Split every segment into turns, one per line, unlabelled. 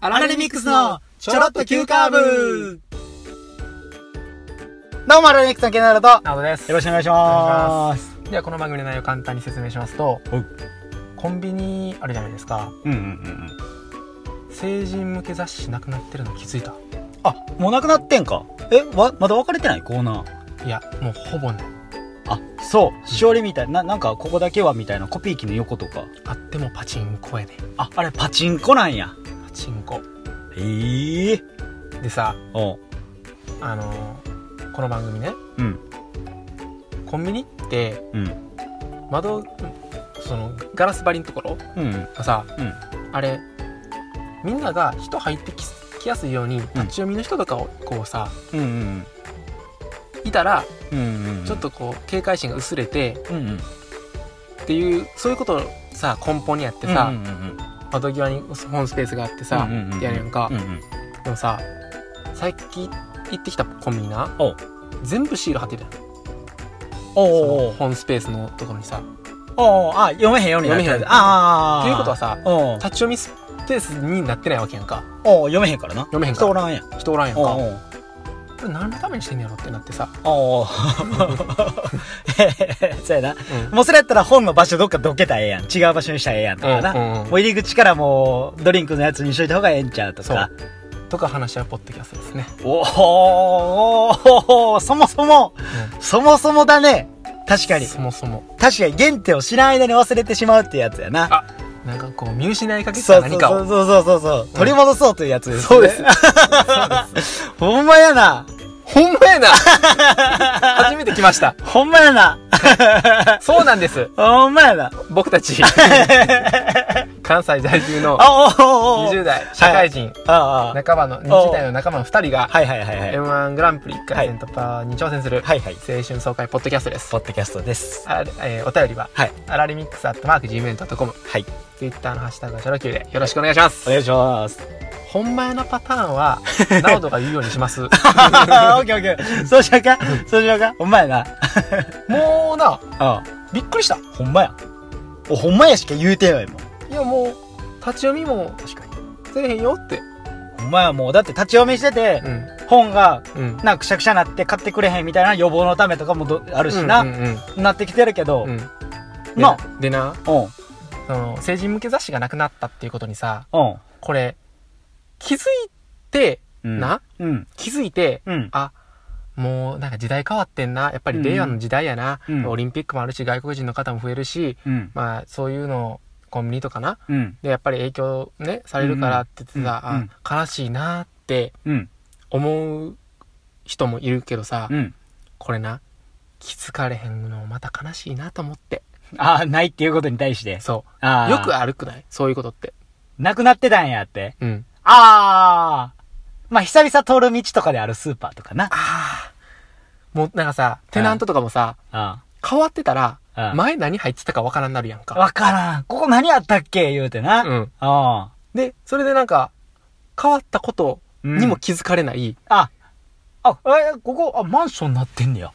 アラレミックスのちょろっと急カーブ
どうも、アラレミックスのケンナルと、よ
などです
ろしくお願いします。
ではこの番組の内容を簡単に説明しますと
おう
コンビニあるじゃないですか
うんうんうん。
成人向け雑誌なくなってるの気づいた
あ、もうなくなってんか。え、わ、まだ別れてないコーナー。
いやもうほぼね
あ、そう。しおりみたいな、なんか、ここだけはみたいな、コピー機の横とか。
あってもパチンコやね
あ、あれ、パチンコなんや。
パチンコ
ええ。
でさ
おう。
あのーこの番組ね
うん。
コンビニって
うん。
窓そのガラス張りのところ
うん。
がさ、
うん
あれみんなが人入ってききやすいように立ち読みの人とかをこうさ
うんうん。
いたら
うんうん。
ちょっ、とこう警戒心が薄れて
うんうん。
っていうそういうことをさ根本にやって
う
さ、
んうんうんうん
窓際に本スペースがあってさ、
うんうんうん
やるやんか、
うんうん。
でもさ最近行ってきたコンビニな
おう
全部シール貼ってるやんそ
おうお
の
う
本スペースのところにさ
おうあ、読めへんようになってる。
読めへん
ああ。
っていうことは、さ
おう
立ち読みスペースになってないわけやんか
おう読めへんからな。
読めへんか
人お
ら
らんやん。
人おらんやんか
おうおう
これ何のためにしてんのやろってなってさ、
おお そうやな
う
もうそれやったら本の場所どっかどけたらええやん違う場所にしたらええやんとかな、
うんうんうん
もう入り口からもうドリンクのやつにしといた方がええんちゃうとか
とか話し合うポッドキャストですね、
おおそもそもそもそもだね確かに
そもそも
確かに原点を知らん間に忘れてしまうっていうやつやな
あなんかこう見失いかけて
そ
た
うそう
何か
そう
を
そうそうそう、取り戻そうというやつです、ね、
そうです
ほんまやな
ほんまやな初めて来ました
ほんまやな
そうなんです
ほんまやな
僕 たち関西在住の
あおおおお
20代社会人
ああ
半ばの20代の仲間の2人が
はいはいはいはい
m 1グランプリ1回戦突破に挑戦する
はいはい。
青春爽快ポッドキャストです
ポッドキャストです。
あれえーお便りは
はい。
アラリミックスアットマーク Gmail.com
はい。
ツイッターのハッシュタグはチョロ Q でよろしくお願いします
お願いし ます。
ほんまやなパターンはナオドが言うようにし ます
オッケーオッケー。そうしようか。そうしようか。ほんまやな。
もうな
あ
びっくりした
ほんまや。お、ほんまやしか言うてないもん。
いやもう立ち読みも
確かに。
せえへんよって
ほんまやもう。だって立ち読みしてて
う、ん
本が、
うん
なんかくしゃくしゃなって買ってくれへんみたいな予防のためとかもどあるしな、
うんうん
なってきてるけど、
う
うん
うん
ん。
で
な
でな
うん。
その成人向け雑誌がなくなったっていうことにさこれ気づいて
うん。
な
うん。
気づいて
うん。
あもうなんか時代変わってんなやっぱり令和の時代やな、
うん
オリンピックもあるし外国人の方も増えるし
うん。
まあそういうのコンビニとかな
うん。
でやっぱり影響ねされるからって言ってさ、
うんうん
あ悲しいなって
うん。
思う人もいるけどさ、
うん。
これな気づかれへんのまた悲しいなと思って
ああ、ないっていうことに対して。
そ
あ
う
あ。
よくあるくないそういうことって
なくなってたんやって。
うん
ああ。まあ、久々通る道とかであるスーパーとかな。
ああもうなんかさテナントとかもさ
あ
変わってたら
あ
前何入ってたかわからんなるやん
あ。
か
わからん。ここ何あったっけ言うてな。
う。ん
あ
でそれでなんか変わったこと
うん
にも気づかれない、
あ。あ、え、ここ、あ、マンションなってんねや。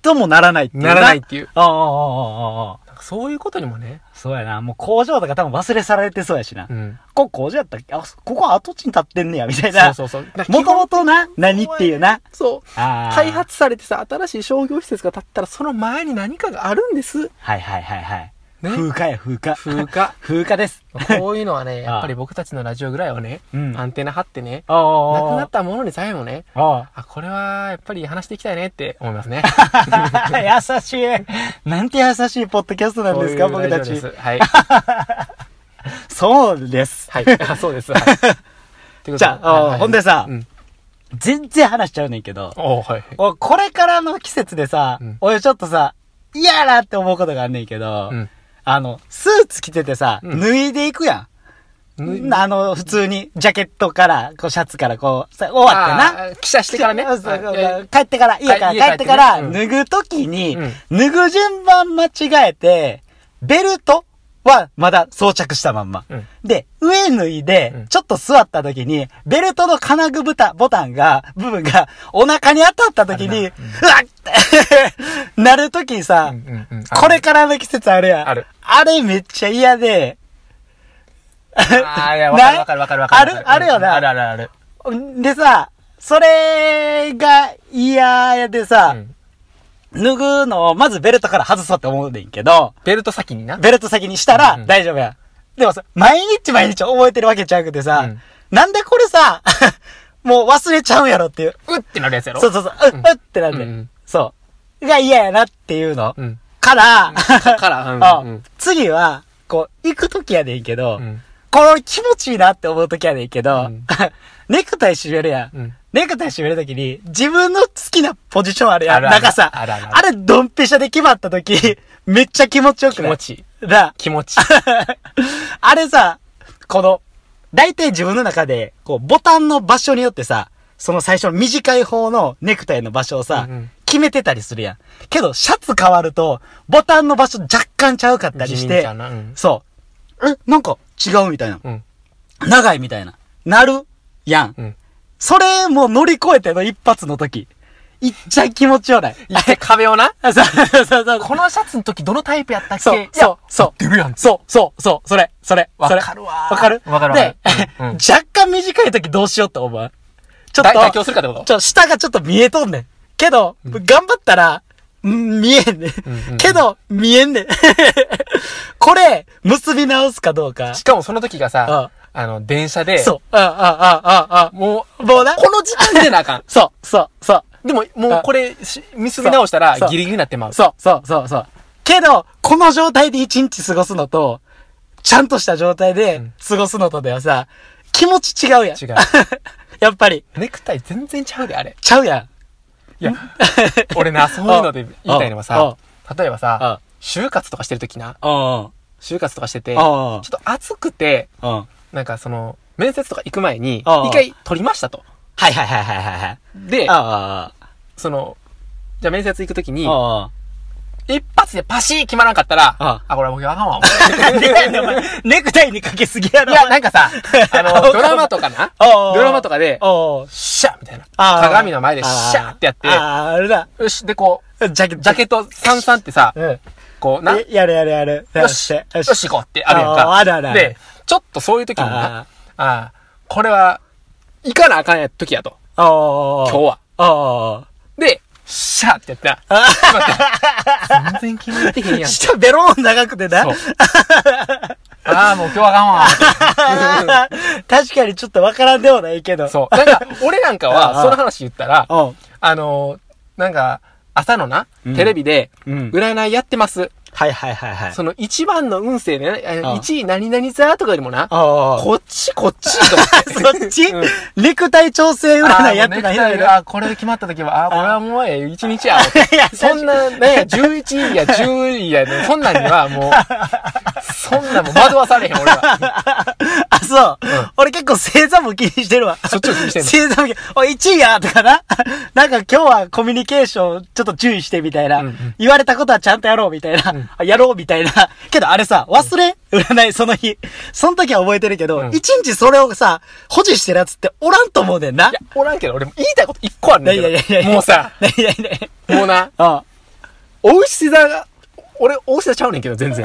ともならないっていう
ならないっ。ていう
ああ、ああ、ああ。
なんかそういうことにもね、
そうやな。もう工場とか多分忘れ去られてそうやしな。
うん、
ここ工場やったっけあ、ここ跡地に建ってんねや、みたい
そう
な。
そうそう
もとも
と
とな、何っていうな。
そう
ああ。
開。発されてさ新しい商業施設が建ったらその前に何かがあるんです
はいはいはいはい。
ね
風化や、風化。
風化
風化です。
こういうのはねやっぱり僕たちのラジオぐらいはね
うん
アンテナ張ってね
ああ。
なくなったものにさえもね
あ
あこれはやっぱり話していきたいねって思い ますね
あ。優しい。なんて優しいポッドキャストなんですか、
こういう
僕
ラ
た
ジオ
ち。
です はい
そうです。
はいあそうですはい
じゃあ
はい
ほんでさ
うん
全然話しちゃうねんけど。
おはい
おこれからの季節でさ、
うん
俺ちょっとさ、嫌やなって思うことがあんねんけど、
うん
あの、スーツ着ててさ、
うん
脱いでいくやん。
ぬ
あの、普通に、ジャケットから、こう、シャツから、こう、さ終わってな。
あー記者してからね
そうそう
あいやいや
帰ってから、家から
帰
帰
家帰っ
ってて
ね
から、
うん
脱ぐときに、
う
脱ぐ順番間違えて、ベルトはまだ装着したまんま。
うん
で、上脱いで、
うん
ちょっと座った時に、ベルトの金具ボタボタンが、部分が、お腹に当たった時に、う
あ
わっって、 なる時にさ、
うんうんうん
これからの季節あるやん。
ある。
あれめっちゃ嫌で、
あ あ、いや、わかるわかるわかるわかる。
あるあるよな
あるあるある。
でさ、それが嫌でさ、
うん
脱ぐのをまずベルトから外そうって思うねんけど、
ベルト先にな。
ベルト先にした
うんう
ら
ん
大丈夫や。でもさ、毎日毎日覚えてるわけちゃうくてさ、
うん
なんでこれさ、 もう忘れちゃうんやろっていう。
うってなるやつやろ
そうそうそう、う、
うんん
うってなんで、
うんうん
そう。が嫌やなっていうの。
うん。
から、
から、うん
あ
うん。
次は、こう、行くときやねんけど、
うん。
これ気持ちいいなって思うときやねんけ
う
ど、
ん
ネクタイ締めるやん。
うん。
ネクタイ締めるときに、自分の好きなポジションあるや
あ
ん。
るある
長さ。
あるある
あれ、ドンピシャで決まったとき、めっちゃ気持ちよく
気
ない
持ちいい。
なあ
気持ちいい。
あれさ、この、大体自分の中で、こう、ボタンの場所によってさ、その最初の短い方のネクタイの場所をさ、
うんうん
決めてたりするやん。けど、シャツ変わると、ボタンの場所若干ちゃうかったりし
地味
て
ちゃうなうん、
そう。え、なんか違うみたいな。
うん。
長いみたいな。なるやん。
うん。
それも乗り越えての一発の時。いっちゃ気持ちよない。
いって壁をな。
あ そうそうそうそう。
このシャツの時どのタイプやったっけ
そう、
いや
そう、そう。
出るやん
そう、そう、そう、それ、それ、
わ
それ
かるわー
わかる
わかるわか
で
る、うんうん
若干短い時どうしようって思うちょっと、
だ妥協するかってこと
ちょ、下がちょっと見えとんねん。けど、頑張ったら、ん見えんね
うんうんうん
ん。けど、見えんねん。 これ、結び直すかどうか。
しかもその時がさ、あの、電車で、
そう。あ、あ、あ、あ、あ。
もう、
もうな。
この時間でなあかん
そう、そう、そう。
でも、もうこれ、し見すぎ直したら
そう
ギリギリになってまう。
そう、そう、そう、そう。けど、この状態で一日過ごすのと、ちゃんとした状態で過ごすのとではさ、気持ち違うやん。
違う
やっぱり、
ネクタイ全然ちゃうで、あれ。
ちゃうやん。
いや、俺な、そういうの で言いたいのはさ、例えばさ
あ、
就活とかしてる時な、
うん。
就活とかしてて、ち
あ
ょ
あ
っと暑くて、
うん。はい
なんかその、面接とか行く前に、
ああ
一回取りましたと。
はいはいはいはい。
で、
ああ。
その、じゃあ面接行くときに、
あ
一発でパシー決まらんかったら、
あ
あ、これは僕あかんわ。
あ。なんでやねん、お前。ネクタイにかけすぎや
い
ろ。
や、なんかさ、あ
あ
の、ドラマとかな、
ああ
ドラマとかで、
おう
シャッみたいな。
ああ
鏡の前でシャッってやって
あ、あ、あれだ。
よし、でこう、
ジャケット。
ジャケットサンサンってさ、
うん。
こうな、
えやるやるやる。
よし、よ
よ
し行こうってあるやん
ああ
か。
あるあるある
で、ちょっとそういう時に
あ
な、ああ、これは、行かなあかんや時やと、
おお
今日は。
おお
で、シャーってやってな、待って全然決まってへん やん。
下ベローン長くてな
そう。ああ、もう今日はあかんわ。
確かにちょっとわからんでもないけど。
そう。なんか、俺なんか
ああ
は、その話言ったら、
おう。
あのー、なんか、朝のな、
うん
テレビで、
うん
占いやってます。
はいはいはいはい。
その一番の運勢ね、
ああ
1位何々座とかよりもな、
おうおう
こっちこっちと思って。
そっち
うん
ネクタイ調整占いやって
あーもうネク
ない
タイ
のに
があー、これで決まった時は、あー、これはもうええ、一日や。
いや
そんな、ね、11位や10位やね、そんなんにはもう、 そんなんもう惑わされへん、俺は。
あ、そう。俺結構星座も気にしてるわ。
そっちを気にしてんの
星座も気に、おい、1位やとかな。 なんか今日はコミュニケーションちょっと注意してみたいな。
うんうん
言われたことはちゃんとやろうみたいな。あやろうみたいな。けどあれさ、忘れ、占いその日。その時は覚えてるけど、
うん
一日それをさ、保持してるやつっておらんと思うねんな。
いや、おらんけど、俺も言いたいこと一個ある
いや
ね
いやい
ん
やい
け
や
ど。もうさ、
いやいやいや。
もうな、
あ
お牛座が、俺、お牛座ちゃうねんけど、全然。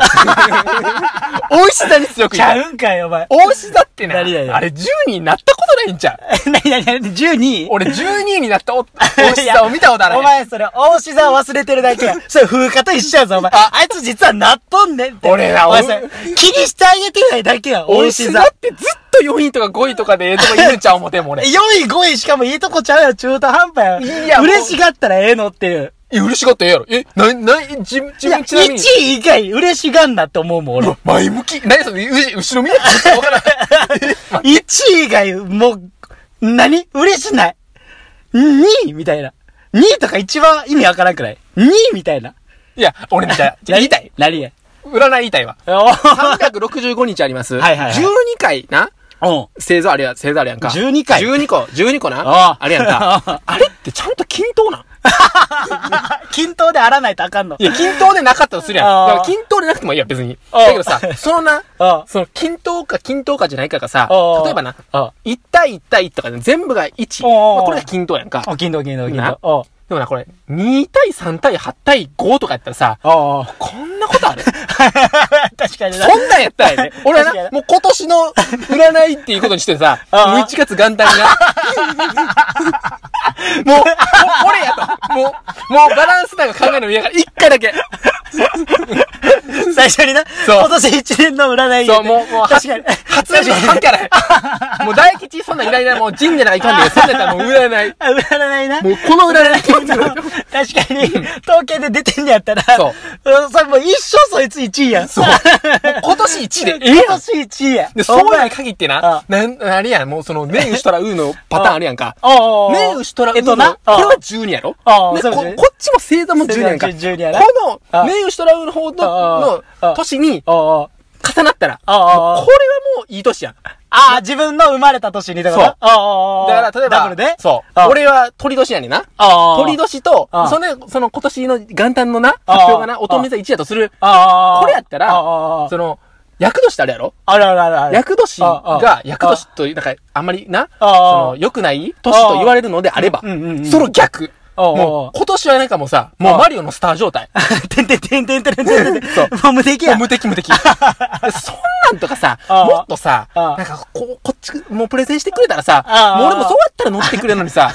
お牛座に強く
ち
言いた
ゃ
い。
うんかい、お前。
お牛座ってな、あ
何々
れ10人になったことないんちゃう
なになになに ?12 位
俺12位にな ったお、お牛座を見たことある。
お前それ、大志座忘れてるだ けや。それ風化と一緒やぞ、お前。あ
あ
いつ実はなっとんねんって。
俺ら
お
お
前それ、気にしてあげてないだけや。
お
大
牛
志
座
座。
ってずっと4位とか5位とかでええとこいるんちゃう思てんもん 俺。
4位、5位しかもいいとこちゃうや、中途半端や。
いやもう
嬉しがったらええのっていう。
え、嬉しかったらええやろ。え、な、な、え自分、
い
自
や、
分ちなみに
1。位以外嬉しがんなって思うもん、俺。
うわ前向き。何それ、うじ後ろ見ないちょっとわからない。
1位以外、もう、何嬉しない。2位みたいな。2位とか一番意味わからんくない ?2 位みたいな。
いや、俺ね、じゃ あじゃあ言いたい。
何や。
占い言いたいわ。
お
365日あり ます。
はいはいはい
12回な
お
星座あれや、星座あれやんか。
12回
12個、12個
あ
な
あ。
あれやんか。 あれってちゃんと均等なん
均等で洗わないとあかんの。
いや、均等でなかったとするやん。
ああ
だから均等でなくてもいいや、別に。
ああ
だけどさ、そのな
ああ、
その均等か均等かじゃないかがさ
ああ、
例えばな、
ああ
1対1対1とかで全部が1。
ああ
まあこれが均等やんか。
お、金土金土金
な
土。おう
でもな、これ、2対3対8対5とかやったらさ、
おうおう
こんなことある
確かにな
そ。んなんやったん やね。俺は
確か
な、
に
もう今年の占いっていうことにして さ、もう
ああ
1月元旦が。 もう、もうこれやと。もう、もうバランスなんか考えるの嫌がら、一回だけ。
最初にな。
そう
今年一年の占い
そう、もう、もう、
確かに。
初音ミク関係 ない。もう大吉、そんなんいらいら、もう神社なんか行かんでいい、そんなんやったらもう占い。
あ占いな。
もうこの占い
確かに、統計で出てんねやったら、
そう
うん。それもう一生そいつ1位やん。
そう。もう今年1位で、 ええ
今
やん
年1位や。
で、そうや
ん
に限って
ああ
な、なん、あれやん、もうその、ねうしとらう のパターンあるやんか。
おうおうおう
ねうしとらうの、
えっとな
これは12やろ
ああ
で
そう
こ
ですね
こっちも星座も12やんか。
星座12やな
こ
ああ
の、ねうしとらうの方の、
ああああ
の年に
おうおう
重なったら、
ああ
もうこれ
ああ
はもういい年やん。
ああ、自分の生まれた年にだから。
そう
ああ。
だから、例えば、
ダブルで
そう。
ああ
俺は鳥年やねんな。
ああ。
鳥年と
ああ、
その、その今年の元旦のな、
ああ
発表がな、
あ
乙女座1やとする。
ああ。
これやったら
ああああ、
その、役年ってあるやろ
あるあるあるある。
厄年
ああ
が、厄年という、なんか、あんまりな、そ
ああ
の、良くない年と言われるのであれば
うんうんうんうん、
その逆。
ああ
もう、今年はなんかもうさ、もうマリオのスター状態。
てんてんてんてんてんてんてんてん。
そう
もう無敵
もう
や。
無敵無敵。でそんなんとかさ、
ああ
もっとさ、
あ
な
あ
んか、こう、こっち、もうプレゼンしてくれたらさ
ああ、
もう俺もそうやったら乗ってくれるのに さ、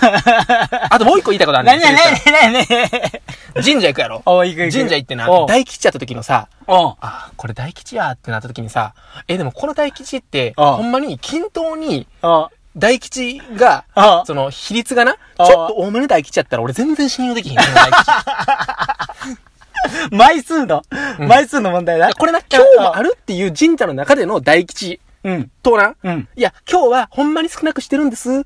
あともう一個言いたいことあるね
何
ん
何何何何
神社行くやろ
おう行く行く
神社行ってな
おう、
大吉やった時のさ、
おう
あ、これ大吉やってなった時にさ、え、でもこの大吉って、
ああ
ほんまに均等に、
おう
大吉が
ああ、
その、比率がな、ち
あ
ょ
あ
っと多めの大吉やったら俺全然信用で きへん。この大吉
枚数の、枚数の問題だ。
これな、今日もあるっていう神社の中での大吉
うん。
とな、
うん
いや、今日はほんまに少なくしてるんです、の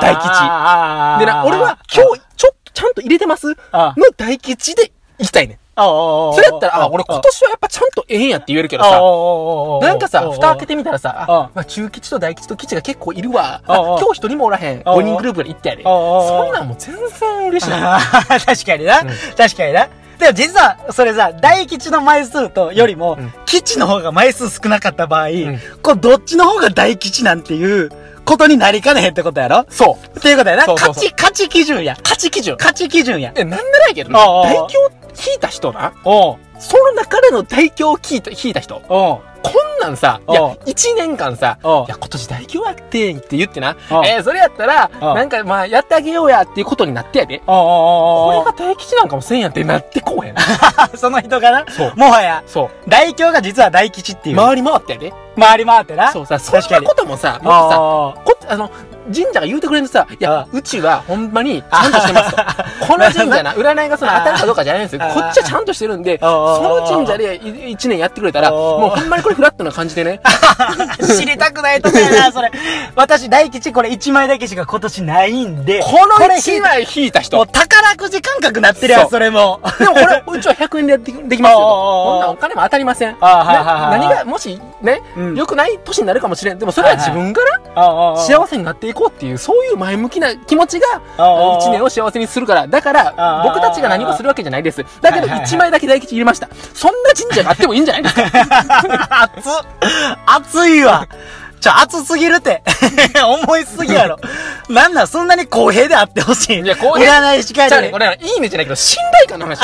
大吉。
大
でな、俺は今日、ちょっとちゃんと入れてます、の
ああ
大吉で行きたいねん。
おうおうおう
それやったら、あ、俺今年はやっぱちゃんとええんやって言えるけどさ、
おうおうおうおうおう
なんかさ、蓋開け
て。
てみたらさ、
ああ
あ、まあ中吉と大吉と吉が結構いるわ。
あ
あ
ああ
今
あ
日一人もおらへん。
ああ
5人グループで行ったやで。
ああああ
そんなんもう全然嬉しい。
あー 確かにな。確かにな。でも実は、それさ、大吉の枚数とよりも、
うん
吉の方が枚数少なかった場合、
ん
こう、どっちの方が大吉なんていうことになりかねへんってことやろ
そう。
っていうことやな。
そうそうそう
勝ち、勝ち基準や。
勝ち基準。
勝ち基準や。
え、なんでないけどな、
ああああ
大凶を引いた人な、
おう
その中での大凶を引いた、引いた人、こ
おうん
なんさ、い
ああ
や、一年間さ、い
ああ
や、今年大凶やってんって言ってな
ああ、
えーそれやったら、
ああ
なんかまあ、やってあげようやっていうことになってやで。
おうおうおうお
俺
う
が大吉なんかもせんやってなってこうへん。
その人がな
そう、
もはや、
そ
大凶が実は大吉って
う。
いう。
回り回ってやで。
回り回ってな。
そうさ、そん
確か
な
に
こともさ、もっとさ、
あー
こっち、あの、神社が言うてくれるとさ、い
あ
や、うちはほんまにちゃんとして ますと。この神社な、占いがその当たるかどうかじゃないんですよ。
あ
こっちはちゃんとしてるんで、そ
あ
の神社でい一年やってくれたら、
あ
もうほんまにこれフラットな感じでね。
知りたくないとこやな、それ。私、大吉、これ1枚だけしか今年ないんで。
この
れ
1枚引いた
も
人。
う 宝くじ感覚なってるやん、
そう
それも。
で もこれ、うちは100円でやってできますよと。
ああ
こんなお金も当たりません。ね
ああはいはいはい
何が、もしね
うん、
良くない年になるかもしれん。でもそれは自分から
幸
幸せになっていこうっていう、そういう前向きな気持ちが、
ああ
一年を幸せにするから、だから
あ、
僕たちが何もするわけじゃないです。だけど、
はいはいはい
一枚だけ大吉入れました。そんな神社があってもいいんじゃないです か
熱っ熱いわ。ちょ、熱すぎるって。 思いすぎやろ。なんなん、そんなに公平であってほしい。
いや公平
占いしか
じゃあね、
やで
こ。れ、いいねじゃないけど、信頼感の話。